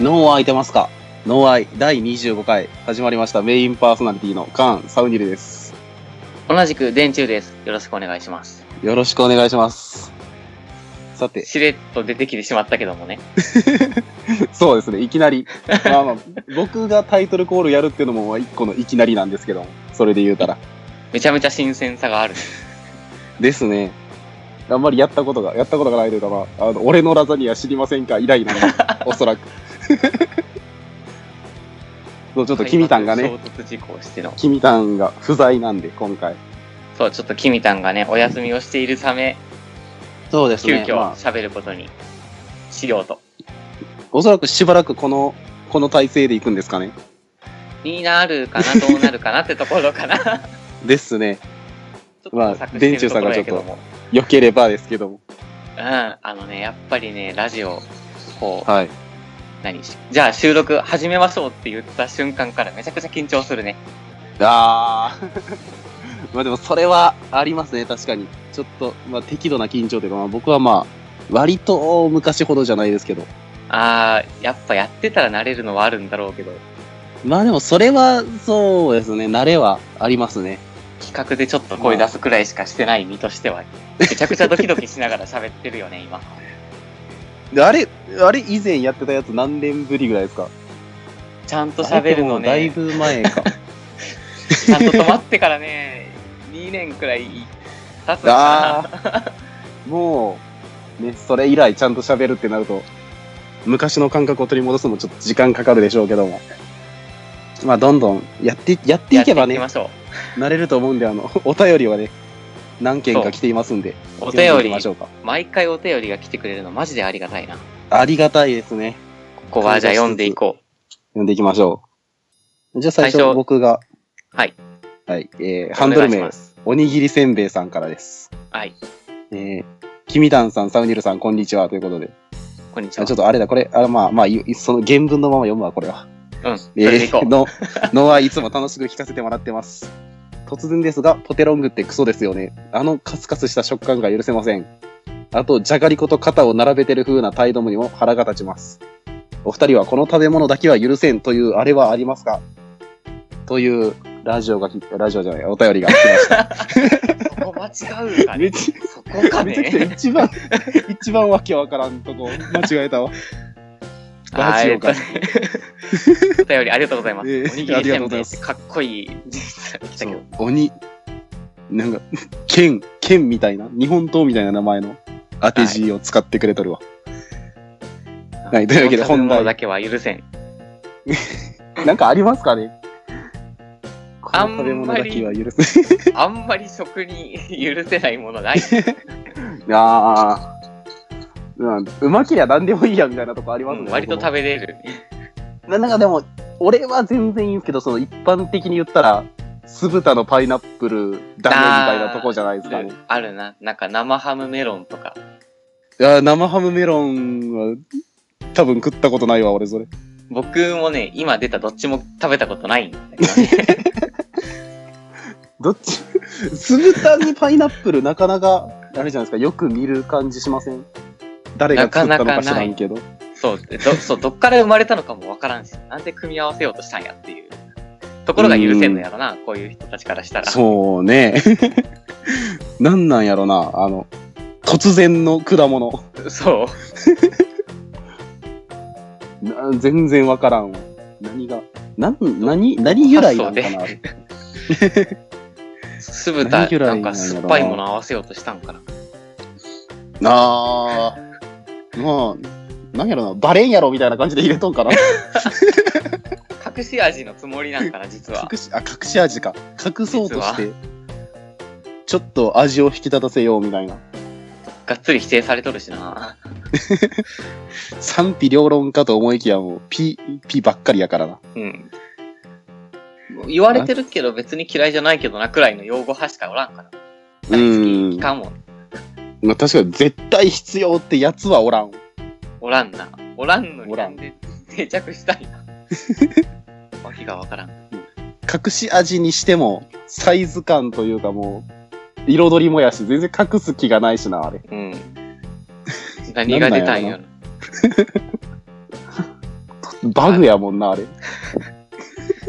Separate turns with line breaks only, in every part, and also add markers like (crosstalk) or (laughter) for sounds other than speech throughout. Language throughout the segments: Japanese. ノーア空いてますかノーアイ第25回始まりましたメインパーソナリティのカーン・サウニルです。
同じく電柱です。よろしくお願いします。
よろしくお願いします。さ (laughs) て、
しれっと出てきてしまったけどもね。
そうですね、いきなり。まあまあ、僕がタイトルコールやるっていうのもまあ一個のいきなりなんですけども、それで言うたら。
めちゃめちゃ新鮮さがある。
ですね。あんまりやったことが、やったことがないというか、まあ、あの俺のラザニア知りませんか以来なの (laughs) で、おそらく。そうちょっとキミタン
(laughs)
がね、
衝突事故をしての。
キミタンが不在なんで、今回。
そう、ちょっとキミタンがね、お休みをしているため、
そうです
急遽喋ることにしようと。
おそらくしばらくこの、この体勢で行くんですかね。
になるかな、どうなるかなってところ
(laughs)
かな。ちょ
ですね。
っと模索してるところやけども。
良ければですけども。
うん、あのね、やっぱりね、ラジオ、こう、
はい。
何しじゃあ収録始めましょうって言った瞬間からめちゃくちゃ緊張するね。
あー。ま (laughs) あでもそれはありますね、確かに。ちょっと、まあ適度な緊張というか、まあ僕はまあ、割と昔ほどじゃないですけど。
あー、やっぱやってたら慣れるのはあるんだろうけど、
まあでもそれは、そうですね、慣れはありますね。
企画でちょっと声出すくらいしかしてない身としては、めちゃくちゃドキドキしながら喋ってるよね、今。
であれ、あれ以前やってたやつ何年ぶりぐらいですか
ちゃんと喋るの
あれ
ね
って、もうだいぶ前か。
ちゃんと止まってからね、2年くらい経つのか
ああ、 (laughs) もう、ね、それ以来ちゃんと喋るってなると、昔の感覚を取り戻すのもちょっと時間かかるでしょうけども。まあ、どんどんやって、やって
な。
いけば
や
ね
っていきま、しょ
慣れると思うんで、あの、 (laughs) お便りはね、何件か来ていますんで、
う。お
読ん
便
でいきましょ
り、
うか。
毎回お便りが来てくれるのマジでありがたいな。
ありがたいですね。
ここはじゃあ読んでいこ
読んでいきましょう。じゃあ最
最
初
初
僕が、
う。はい。
はい、えー、ハンドル
お願いし
名
ま、す
おにぎりせんべいさんからです。
はい。
えー、きみたんさん、サウニルさん、こんにちは、ということで。
こんにち
あ
は。
ちょっとあれだ、これ、あまあ、まあ、いその原文のまま読むわ、これは。
うん。 (laughs) そ
え
れでいこ
ー、
う。
の、のはいつも楽しく聞かせてもらってます。突然ですが、ポテロングってクソですよね。あのカスカスした食感が許せません。あと、じゃがりこと肩を並べてる風な態度にも腹が立ちます。お二人はこの食べ物だけは許せんというあれはありますかというラジオがき、ラジオじゃない、お便りが来ま
(laughs)
した。
そこ間違うか
めっ
ね。
ちゃ
そこか
めちゃくちゃ
ね。
一番、 (laughs) 一番わけわからんとこ、間違えたわ。
は
ラジ
い。
オか。
お便りありがとうございます。
ええ
おにぎ
あ
り
りがとう
せ
んござい
べい
ま
っ
す
てかっこいい。だけど
鬼、なんか、 (laughs) 剣、剣みたいな、日本刀みたいな名前の当て字を使ってくれとるわ。はいというわけで
この食べ物
本題
だけは許せん。
なんかありますか
(laughs)
ねこ
あ
の
ん
食
ま
べ
り
物だけは許せ
あんまり食に (laughs) 許せないもの (laughs) な
な
い。
い。 (laughs) あーうん、うまけりゃ何でもいいやみたいなとこありますね。
割と食べれる。
べななんかでも、俺は全然いいんですけど、その一般的に言ったら、酢豚のパイナップルダメみたいなとこじゃないですかね。
あるな。なんか生ハムメロンとか。
いやー、生ハムメロンは、多分食ったことないわ、俺それ。
僕もね、今出たどっちも食べたことないんだけど (laughs) ね。
どっち (laughs) 酢豚にパイナップルなかなか、あれじゃないですか、よく見る感じしません誰が作ったのか知らんけど。
そう、ど、そう、どっから生まれたのかもわからんし、なんで組み合わせようとしたんやっていう。ところが許せんのやろな、こういう人たちからしたら。
そうね。 (laughs) なんなんやろな、あの、突然の果物。
そう。
な全然わからんわ。何が、なん、何、何由来なんかな。
酢豚、
何由来
なん
なんやろな
か酸っぱいもの合わせようとしたんかな。
あー。まあ、なんやろな、バレんやろみたいな感じで入れとんかな。
隠し味のつもりなんかな、実は。
隠し、あ、隠し味か。隠そうとして、ちょっと味を引き立たせようみたいな。
がっつり否定されとるしな。
賛否両論かと思いきやもう、ピ、ピばっかりやからな。
うん。言われてるけど別に嫌いじゃないけどなくらいの用語派しかおらんから。大好きかも。
まあ確かに絶対必要ってやつはおらん。
おらんな。おらんのに
おら
なんんで定着した
(laughs)
いな。わけがわからん。
隠し味にしても、サイズ感というかもう、彩りもやし、全然隠す気がないしな、あれ。
うん。何が出たんやろ。
バグやもんな、あれ。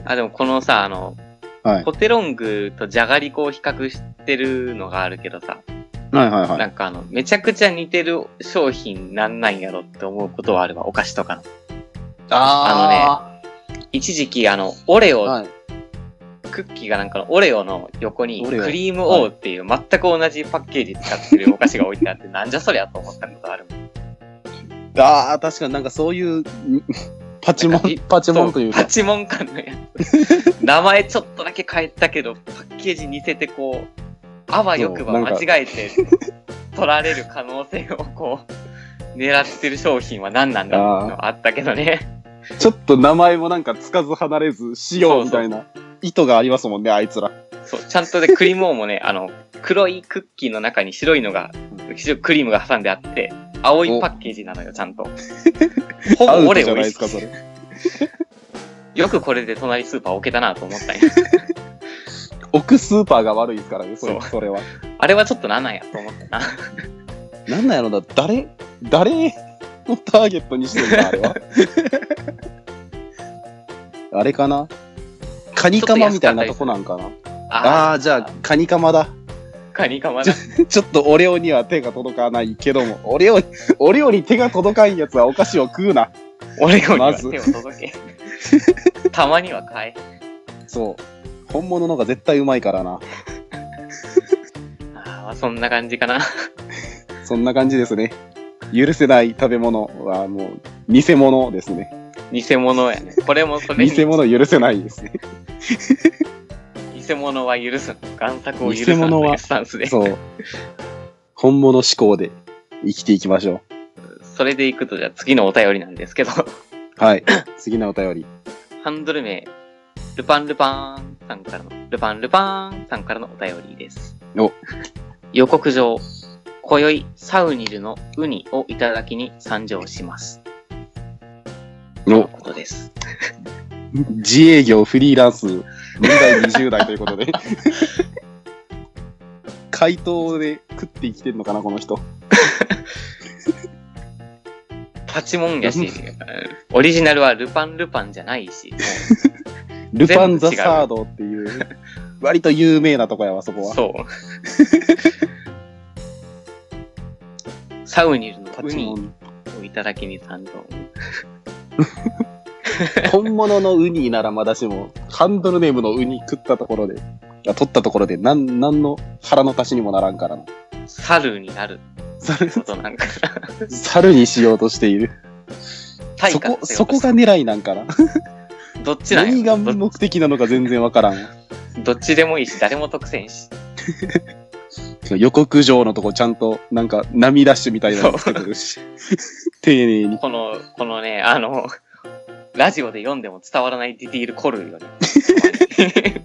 あ、でもこのさ、あの、
はい。
ポテロングとじゃがりこを比較してるのがあるけどさ、
はいはいはい。
なんかあの、めちゃくちゃ似てる商品なんなんやろって思うことはあれば、お菓子とかの。あ一時期あの、オレオ、
はい。
クッキーがなんかのオレオの横に
オレオ
クリームオーっていう全く同じパッケージ使ってるお菓子が置いてあって、 (laughs) なんじゃそりゃと思ったことあるもん。
ああ、確かになんかそういう、 (laughs) んパチモン
なんかい、
パチモンという
パ
か。
チモン感のやつ。名前ちょっとだけ変えたけど、パッケージ似せてこう、あわよくば
そうなんか
間違
(laughs)
えて取られる可能性をこう、狙ってる商品は何なんだろうっていうのはあったけどね。
ちょっと名前もなんかつかず離れずしようみたいな意図がありますもんね、あいつら。
そう、ちゃんとで、クリーム王もね、あの、黒いクッキーの中に白いのが、白いクリームが挟んであって、青いパッケージなのよ、ちゃんと。 (laughs) ほ
ア
ぼ
ウト
俺
じゃ
を
ないで
意
すか、
識
それ。
よくこれで隣スーパー置けたなと思ったんや。
置くスーパーが悪いですからね、そ
そ
れ
う
それは。
(laughs) あれはちょっとなんなんやと思ったな。
なんなんやろな、誰、誰をターゲットにしてるの、あれは。あれかなカニカマみたいなとこなんかなああー、じゃあ、カニカマだ。 (laughs)
あ、カニカマだ。
ちょっとオレオには手が届かないけども、 (laughs) オレオ、オレオに手が届かんやつはお菓子を食うな。
俺よりは
まず
手を届
(laughs)
け。たまには買え。
そう。本物のが絶対うまいからな。
ああ、そんな感じかな。 (laughs)
そんな感じですね。許せない食べ物はもう、偽物ですね。
偽物やね。これもそれに、
偽物許せないですね。
偽物は許すん。贋作を許
偽
すん
物
とい
は
うスタンスで。そ
そう。本物思考で生きていきましょ
れでいくと、じゃあ次のお便りなんですけど。
う。
(coughs)
はい。次のお便り。
ハンドル名、ルパンルパンさんからの、ルパンルパンさんからのお便りです。
お
予告状、今宵サウニルのウニをいただきに参上します。という
の、
ことです。
自営業フリーランス、年代20代という
(laughs)
ことで。回答で食って生きてんのかな、この人。
パチモンやし、オリジナルはルパンルパンじゃないし、も
ルパン・ザ・サードっていう、割と有名なとこやわ、そこ
う
は。
そう。サウニルの
パ
ウ
チモ
ニ
ン。
をいただきに参上。
本物のウニならまだしも、ハンドルネームのウニ食ったところで、あ取ったところで、なん、なんの腹の足しにもならんからな。
猿になる
猿
ってことなんかな。
猿にしようとしている。
対
そ
価
こ、
つけよ
そう
と
こ
して
が狙いなんかな。
どっちなんやろ
何が
どっ
目的なのか全然わからん。
どっちでもいいし、誰も得せんし。
予告状のとこちゃんと、なんか、波ダッシュみたいなのつけてるし。 (laughs) 丁寧に。
この、このね、あの、ラジオで読んでも伝わらないディティール凝るよね。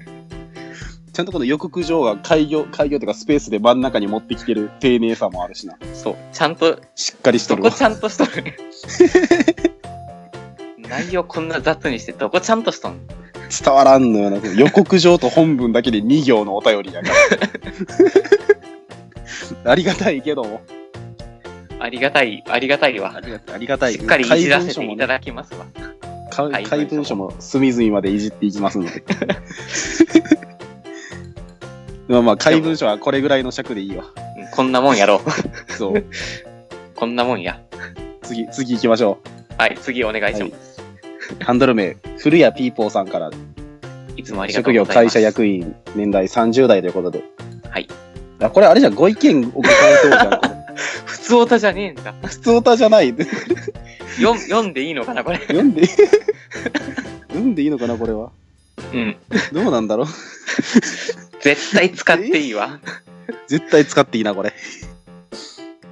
ちゃんとこの予告状が開業、開業というかスペースで真ん中に持ってきてる丁寧さもあるしな。
そう、ちゃんと、
しっかりしと
ど
る
こ
わ。
ちゃんとしとる (laughs) 内容こんな雑にして、どこちゃんとしとん
伝わらんのよな。予告状と本文だけで2行のお便りや
(laughs)
から。ありがたいけども。
ありがたい、ありがたいわ。
ありがたい。
しっかりいじらせていた
だ
だきますわ。
怪文書も
は
ね
い
怪文書も隅々までいじっていきますの
(laughs)
で。まあまあ、怪文書はこれぐらいの尺でいいわ。
うんこんなもんやろう。
そう。
こんなもんや。
次、次行きましょ
はい、次お願いします。
う。ハンドル名、古谷ピーポーさんから、
い、つもありがと
職
うご
業
ざいま
会
す。
社役員、年代30代ということで。
はい。
あ、これあれじゃん、ご意見をご感想じゃんこれ。
普通歌じゃねえんだ。
普通歌じゃない。
読ん読んでいいのかな、これ。
読んで (laughs) 読んでいいのかなこれは
うん。
どうなんだろう
絶対使っていいわ。
絶対使っていいなこれ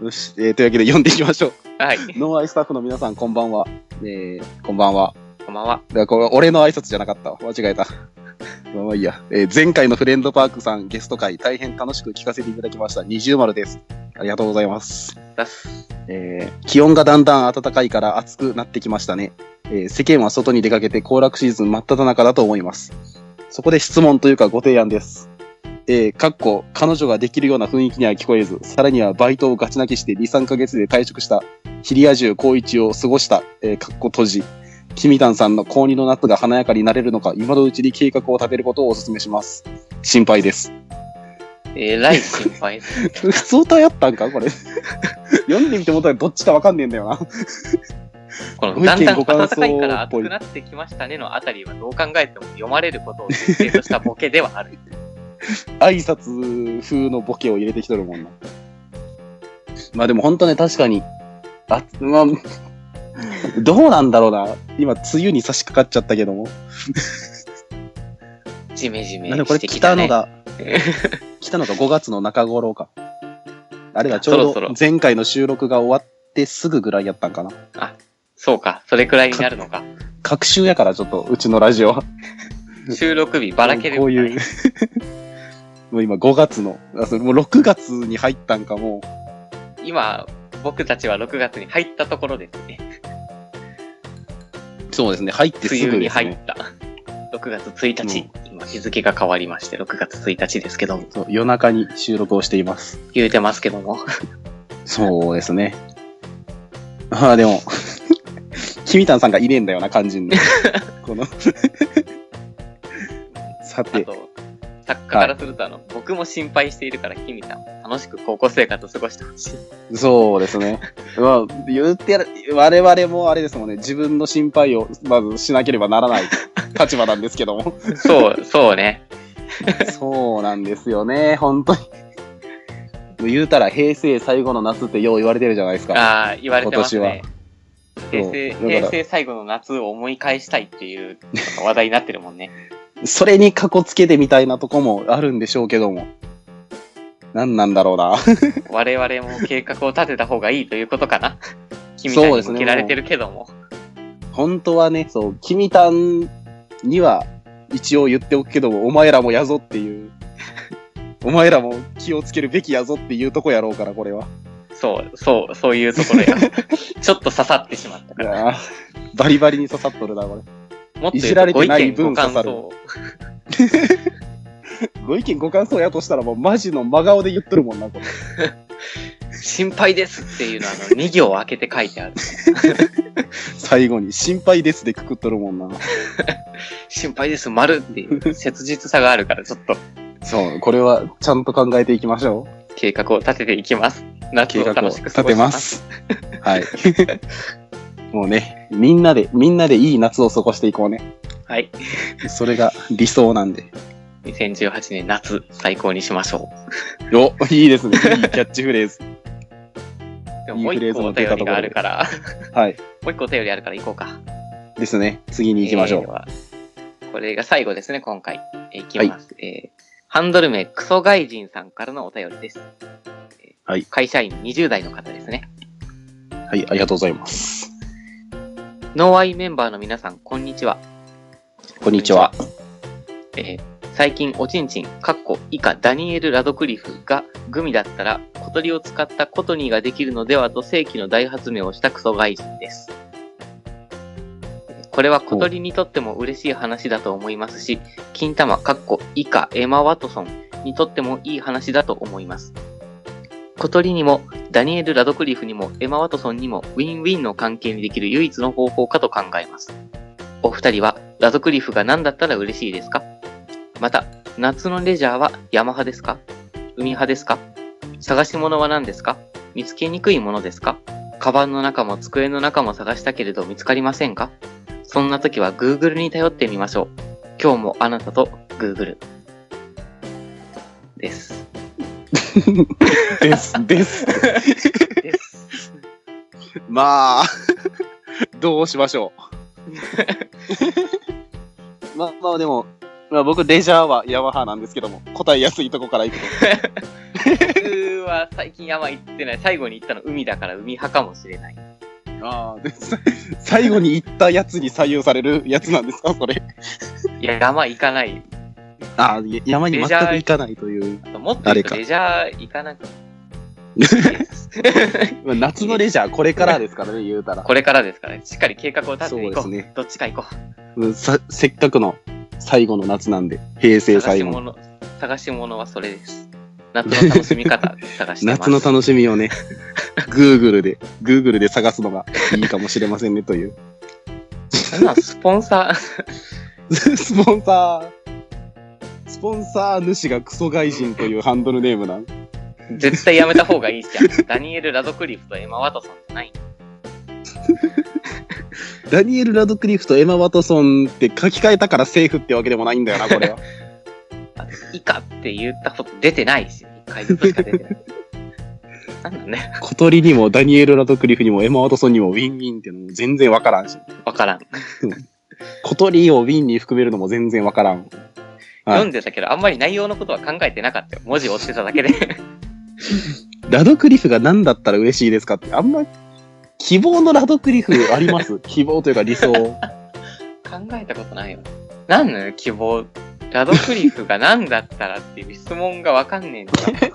よし、えーというわけで読んでいきましょう
はい。
ノーアイスタッフの皆さんこんばんは、えーこんばんは
こんばんは。
だからこれ俺の挨拶じゃなかったわ間違えたまあまあいいや、えー前回のフレンドパークさんゲスト会大変楽しく聞かせていただきました二重丸ですありがとうございます
出す。
えー気温がだんだん暖かいから暑くなってきましたね、えー世間は外に出かけて行楽シーズン真っ只中だと思います。そこで質問というかご提案です。えーかっこ、彼女ができるような雰囲気には聞こえず、さらにはバイトをガチ泣きして2、3ヶ月で退職した、ヒリア充高一を過ごした、えーかっこ閉じ、キミタンさんの高2の夏が華やかになれるのか、今のうちに計画を立てることをお勧めします。心配です。
えらい心配です。
普通歌やったんかこれ。 (laughs) 読んでみてもったらどっちかわかんねえんだよな。
この
ご意見
だんだん
ご感
暖
想
かいから
っぽ
暑
い
くなってきましたねのあたりはどう考えても読まれることを前提としたボケではある。
挨拶風のボケを入れてきとるもんな。まあでも本当ね、確かに、あ、まあ、どうなんだろうな。今、梅雨に差し掛かっちゃったけども。
ジメジメ
なんでこれ
して
来
き
た
た
の
ね。
が、来たのが5月の中頃か。あれだ、ちょう
そろそ
ど
ろ
前回の収録が終わってすぐぐらいやったんかな。
そうか、それくらいになるのか。
隔週やからちょっと、うちのラジオは。 (laughs)
収録日ばらける
こう
みた
いう。もう今5月の、あそれもう6月に入ったんかもう。
今、僕たちは6月に入ったところですね。
そうですね、入ってすぐ
梅
ですね。
雨に入った。6月1日、今日付が変わりまして、6月1日ですけど、
そう夜中に収録をしています。
言うてますけども。
そうですね。ああ、でも、 (laughs) キミタンさんがいねえんだよな、肝 (laughs) 心の。この。さ
あ
て、
と、作家からすると、あの、僕も心配しているから、君さん、楽しく高校生活を過ごしてほしい。
そうですね。まあ、言ってやる、我々もあれですもんね、自分の心配をまずしなければならない立場なんですけども。
そう、そうね。
そうなんですよね、本当に。言うたら平成最後の夏ってよう言われてるじゃないですか。
ああ、言われてますね。平成、
そうだから
平成最後の夏を思い返したいっていう話題になってるもんね。
(laughs) それにかこつけてみたいなとこもあるんでしょうけども。何なんだろうな。 (laughs)
我々も計画を立てた方がいいということかな。君た
そ
ち
う
に
ですね
向けられてるけども。
本当はね、そう、キミタンには一応言っておくけども、お前らもやぞっていう。 (laughs) お前らも気をつけるべきやぞっていうとこやろうから、これは。
そう、そう、そういうところや。
(laughs)
ちょっと刺さってしまった
い
から。
やーバリバリに刺さっとるな、これ。
もっと
い
言
じ
う
ら
と
れ
ご
て
意
ない
見、
分
ご感
刺さる
想。
ご意見ご感想やとしたらもうマジの真顔で言っとるもんな、これ。
心配ですっていうのは、あの、2行開けて書いてある。
最後に、心配ですでくくっとるもんな。
心配です、丸っていう切実さがあるから、ちょっと
(laughs) そう、これはちゃんと考えていきましょう。
計画を立てていきます。夏
計
を
画を
楽しく
立
過ご
て
しま。
ますす。 (laughs) はい。 (laughs) もうね、みんなで、みんなでいい夏を過ごしていこうね。
はい。
それが理想なんで。
2018年夏、最高にしましょ
お、いいですね。いいキャッチフレーズ。
う。でももう
いいフレーズ
一個お
も出た
便
ところで
りがあるから、 (laughs)
はい。
もう一個お便りあるから行こうか。
ですね。次に行きましょう。
えーではこれが最後ですね、今回。えーいきます。えーハンドル名、クソ外人さんからのお便りです。えー
はい
会社員20代の方ですね。
はい、ありがとうございます。
ノーアイメンバーの皆さん、こんにちは。
こんにちは。
えー最近、おちんちん、かっこ以下ダニエル・ラドクリフがグミだったら小鳥を使ったコトニーができるのではと世紀の大発明をしたクソ外人です。これは小鳥にとっても嬉しい話だと思いますし、金玉、かっこ以下エマ・ワトソンにとってもいい話だと思います。小鳥にも、ダニエル・ラドクリフにも、エマ・ワトソンにも、ウィンウィンの関係にできる唯一の方法かと考えます。お二人は、ラドクリフが何だったら嬉しいですかまた、夏のレジャーは山派ですか海派ですか探し物は何ですか見つけにくいものですかカバンの中も机の中も探したけれど見つかりませんかそんな時は Google に頼ってみましょう。今日もあなたと Google。です。
です、です。
です。
まあ、どうしましょう。 (laughs) まあまあでも、まあ、僕、レジャーはヤマハなんですけども、答えやすいとこからいくと。
僕は最近山行ってない。最後に行ったの海だから海派かもしれない。
ああ、です。最後に言ったやつに採用されるやつなんですか、それ。
いや、山行かない。
ああ、山に全く行かないという。
もっと言
誰
う
か
とレジャー行かなく
(laughs) まあ夏のレジャー、これからですからね、言うたら。
これからですからね。しっかり計画を立てていこう。
そうですね
どっちか行こう。
うんさせっかくの最後の夏なんで、平成
探
最
し
後の。
物、探し物はそれです。夏の楽しみ方探してま
夏
す。
の楽しみをね、Google で、Google で探すのがいいかもしれませんねという。
そんなんスポンサ
(laughs)
ー、
スポンサー、スポンサー主がクソ外人というハンドルネームなん。
絶対やめた方がいいじゃん。ダニエル・ラドクリフとエマ・ワトソンじゃない。
ダニエル・ラドクリフとエマ・ワトソンって書き換えたからセーフってわけでもないんだよな、これは。
以下って言ったこと出てないし、一回ずつしか出てない。なんだね、
小鳥にもダニエル・ラドクリフにもエマ・ワトソンにもウィンウィンってのも全然わからんし。
わからん。
小鳥をウィンに含めるのも全然わからん。はい
読んでたけど、あんまり内容のことは考えてなかったよ。文字を押してただけで。
ラドクリフが何だったら嬉しいですかって、あんまり、希望のラドクリフあります希望というか理想。
考えたことないよ。なんなの希望。ラドクリフが何だったらっていう質問がわかんねえんだよ。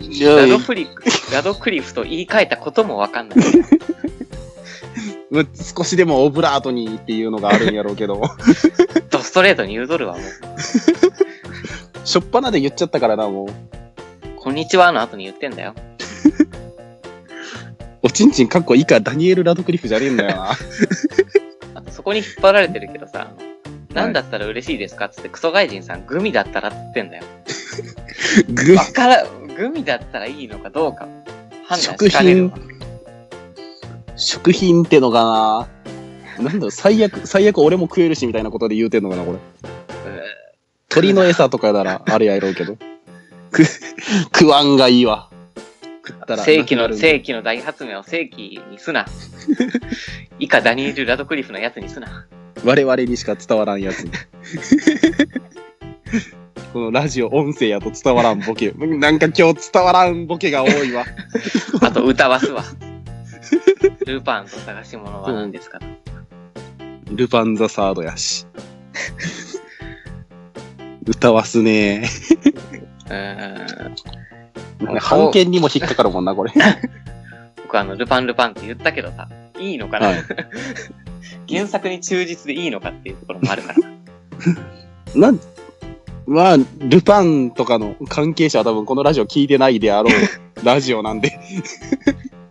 い
ラドクリ (laughs) フ、ラドクリフと言い換えたこともわかんない。
少しでもオブラートにっていうのがあるんやろうけど、
ドストレートに言うとるわ、もう。
しょっぱなで言っちゃったからな、もう。
こんにちはの後に言ってんだよ。
おちんちんかっこ以下ダニエル・ラドクリフじゃねえんだよ (laughs) な。
あとそこに引っ張られてるけどさ、何だったら嬉しいですかっつってクソ外人さん、グミだったらって言ってんだよ。
グ
わからん、グミだったらいいのかどうか。判断
食
しかねる
品
わ。、
食品ってのかな。なんだろう、最悪、最悪俺も食えるしみたいなことで言うてんのかな、これ。鳥の餌とかならあれやろうけど。く、食わんがいいわ。食ったら。
世紀の、
い。
世紀の大発明を世紀にすな。 (laughs) 以下ダニエル・ラドクリフのやつにすな。
我々にしか伝わらんやつに。このラジオ音声やと伝わらんボケ。なんか今日伝わらんボケが多いわ。
あと歌わすわ。ルパンと探し物は
(laughs)
何ですか
ルパンザサードやし。歌わすね
うーん。
え。判権にも引っかかるもんな、 (laughs) これ。
僕あの、ルパンルパンって言ったけどさ、いいのかな、
はい
原作に忠実でいいのかっていうところもある
(laughs)
から。
な、まあ、ルパンとかの関係者は多分このラジオ聞いてないであろ (laughs) うラジオなんで、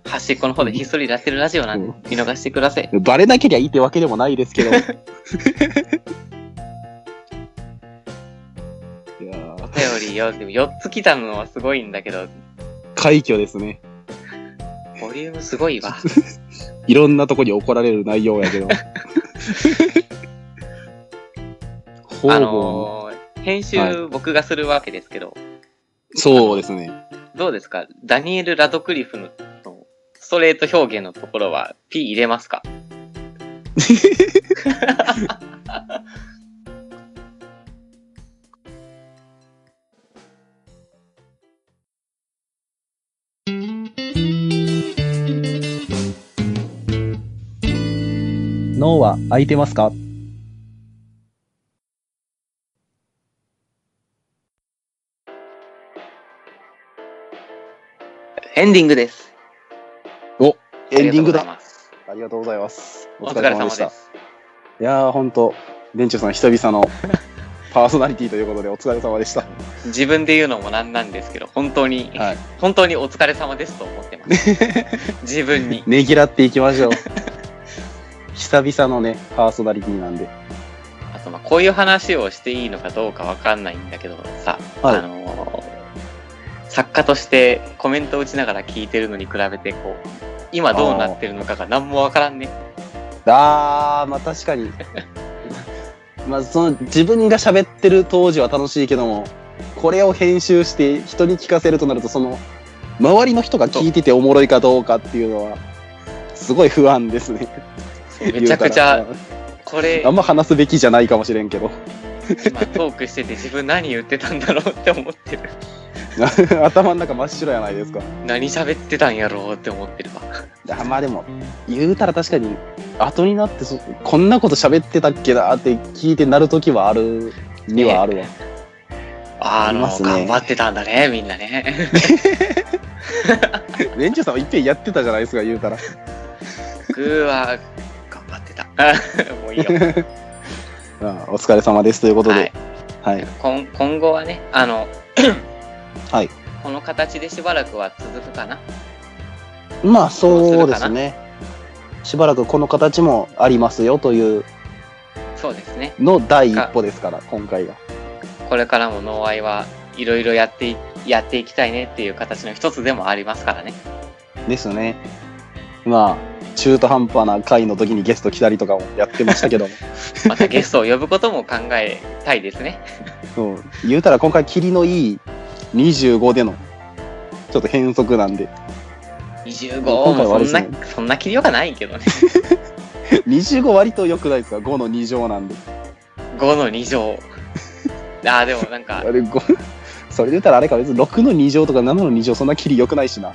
端っこの方でひっそり出してるラジオなんで、見逃してください。
バレなけりゃいいってわけでもないですけ (laughs) ど。いや
お
ー
便りよ、でも4つ来たのはすごいんだけど、
快挙ですね。
ボリュームすごいわ。
いろんなとこに怒られる内容や (laughs) けど。方々、
あのー、編
は
集僕がするわけですけど、
そうですね。
どうですかダニエル・ラドクリフのストレート表現のところは P 入れますか
脳は空いてますか
エンディングです。
エンディングだ。
あ
ありがとうございます。
りがとうございます。お疲れ様で。す。
いやー、ほんと、店長さん、久々のパーソナリティということで、お疲れ様でした。
自分で言うのもなんなんですけど、本当に、
はい
本当にお疲れ様ですと思って
(laughs)
ます。自分に。
ねぎらっていきましょう。 (laughs) 久々のね、パーソナリティなんで。
あと、まあ、こういう話をしていいのかどうかわかんないんだけどさ、
はい
あのー作家としてコメントを打ちながら聞いてるのに比べて、こう、今どうなってるのかが何もわからんね。
あー、まあ確かに。 (laughs) まあその、自分が喋ってる当時は楽しいけども、これを編集して人に聞かせるとなると、その、周りの人が聞いてておもろいかどうかっていうのは、すごい不安ですね。
めちゃくち
言う
ゃ
たら。、
これ
あん、ま話すべきじゃないかもしれんけど。
今トークしてて自分何言ってたんだろうって思ってる。
(laughs) 頭の中真っ白やないですか。
何喋ってたんやろうって思ってるわ。
あまあでも言うたら確かに後になってそこんなこと喋ってたっけなって聞いてなる時はあるにはあ (laughs) るわ、
あーあの
あります
ー、
ね
頑張ってたんだね、みん
(laughs)
なね。
連中さんはいっぺんやってたじゃないですか言うたら
僕は、頑張
(laughs)
ってた。 (laughs) もういいよ。
ああお疲れ様ですということ
はい
で、はい
今今後はね、あの、
(coughs) はい
この形でしばらくは続くかな。
まあそうですねしばらくこの形もありますよという
そうですね。
の第一歩ですから、今回が。
これからも農愛はいろいろやってい、やっていきたいねっていう形の一つでもありますからね。
ですね。まあ、中途半端な回の時にゲスト来たりとかもやってましたけども、
またゲストを呼ぶことも考えたいですね。
そう言うたら今回、霧のいい25での、ちょっと変則なんで、 (laughs)
25
(laughs) 今回はあ
も
れ
そ
です
んな、
ね
そんな切りようがないけどね。 (laughs)
25割と良くないですか ?5 の2乗なんで。
5の2乗。 (laughs) ああ、でもなん
あ (laughs)
か、
れ、5、それで言ったらあれか、別に6の2乗とか7の2乗、そんなキリ良くないしな。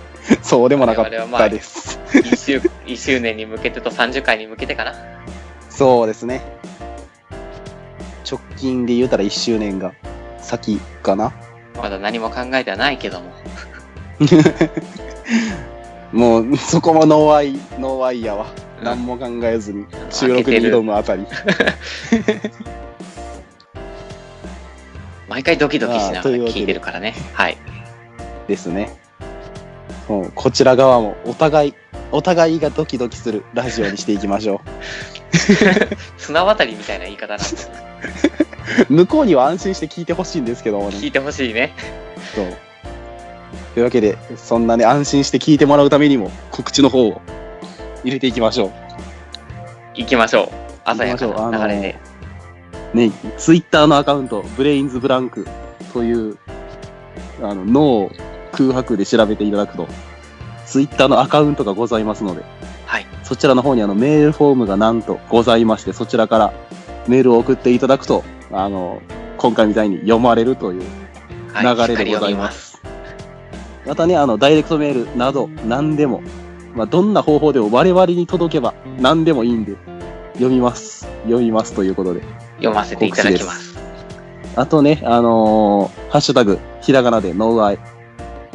(laughs) そうでもなかっ
我々はまあ
たです。
1周、一周年に向けてと30回に向けてかな。
そうですね。直近で言うたら1周年が先かな。
まだ何も考えてはないけども。
もう、そこもノーアイ、ノーアイやわ。
うん
何も考えずに
ん
収録に挑むあたり。
毎回ドキドキしな
まあと
が
い
ら
うわけで
聞いてるからね。はい。
ですね。もうこちら側もお互い、お互いがドキドキするラジオにしていきましょ
綱渡りみたいな言い方なんで、
(laughs) う。向こうには安心して聞いてほしいんですけどもね。
聞いてほしいね。
そうというわけで、そんなね、安心して聞いてもらうためにも、告知の方を入れていきましょ
行きましょう。朝やかな流れで。
う。ね、ツイッターのアカウント、ブレインズブランクという、あの、脳を空白で調べていただくと、ツイッターのアカウントがございますので、
はい。
そちらの方にあのメールフォームがなんとございまして、そちらからメールを送っていただくと、あの、今回みたいに読まれるという
はい
流れでございます。またね、あの、ダイレクトメールなど、何でも、まあ、どんな方法でも我々に届けば何でもいいんで、読みます。読みますということで。
読ませていただきます。
あとね、あのーハッシュタグ、ひらがなでノウアイ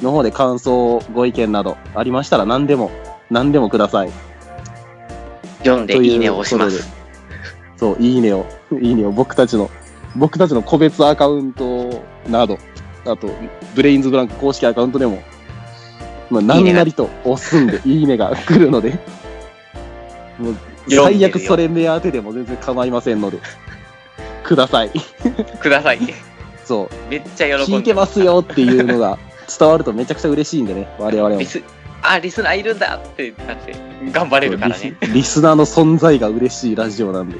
の方で感想、ご意見などありましたら何でも、何でもください。
読んで
という
いいねを押しま
こ
す。
そう、いいねを、 (laughs) いいねを僕たちの、僕たちの個別アカウントなど、あと、ブレインズブランク公式アカウントでも、まあ、
いい
何
ねが
なりと押すん
(laughs)
で、いいねが来るので、もう
読
最
んでるよ
悪それ目当てでも全然構いません
(laughs)
ので、ください。
ください。
そう、
めっちゃ喜んで
聞いてます。よっていうのが伝わるとめちゃくちゃ嬉しいんでね、我々も
リ。ス、あ、リスナーいるんだってなって、頑張れるからね。
リスリスナーの存在が嬉しいラジオなんで、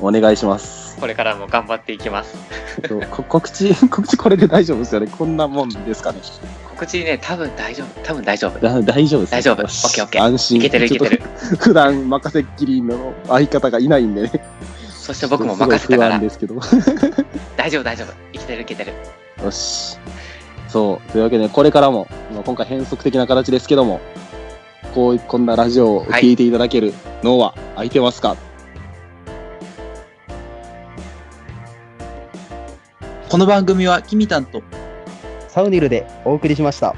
お願いします。
これからも頑張っていきます。
そうこ告知、 (laughs) 告知これで大丈夫ですよね。こんなもんですかね。
告知ね、多分大丈夫。多分大丈夫。
だ大丈夫です、
大丈夫
よし
オッケーオッケー
安心。
いけてるいけてる
ちょっと。普段任せっきりの相方がいないんでね。
そして僕も任せたか
ちょっと、
ら
すごい不安です
大丈夫大丈夫。生きてる生きてる。
け (laughs) ど。よし。そう。というわけで、これからも、まあ今回変則的な形ですけども、こう、こんなラジオを聞いていただけるのは空いてますか、
この番組はキミタンと
サウニルでお送りしました。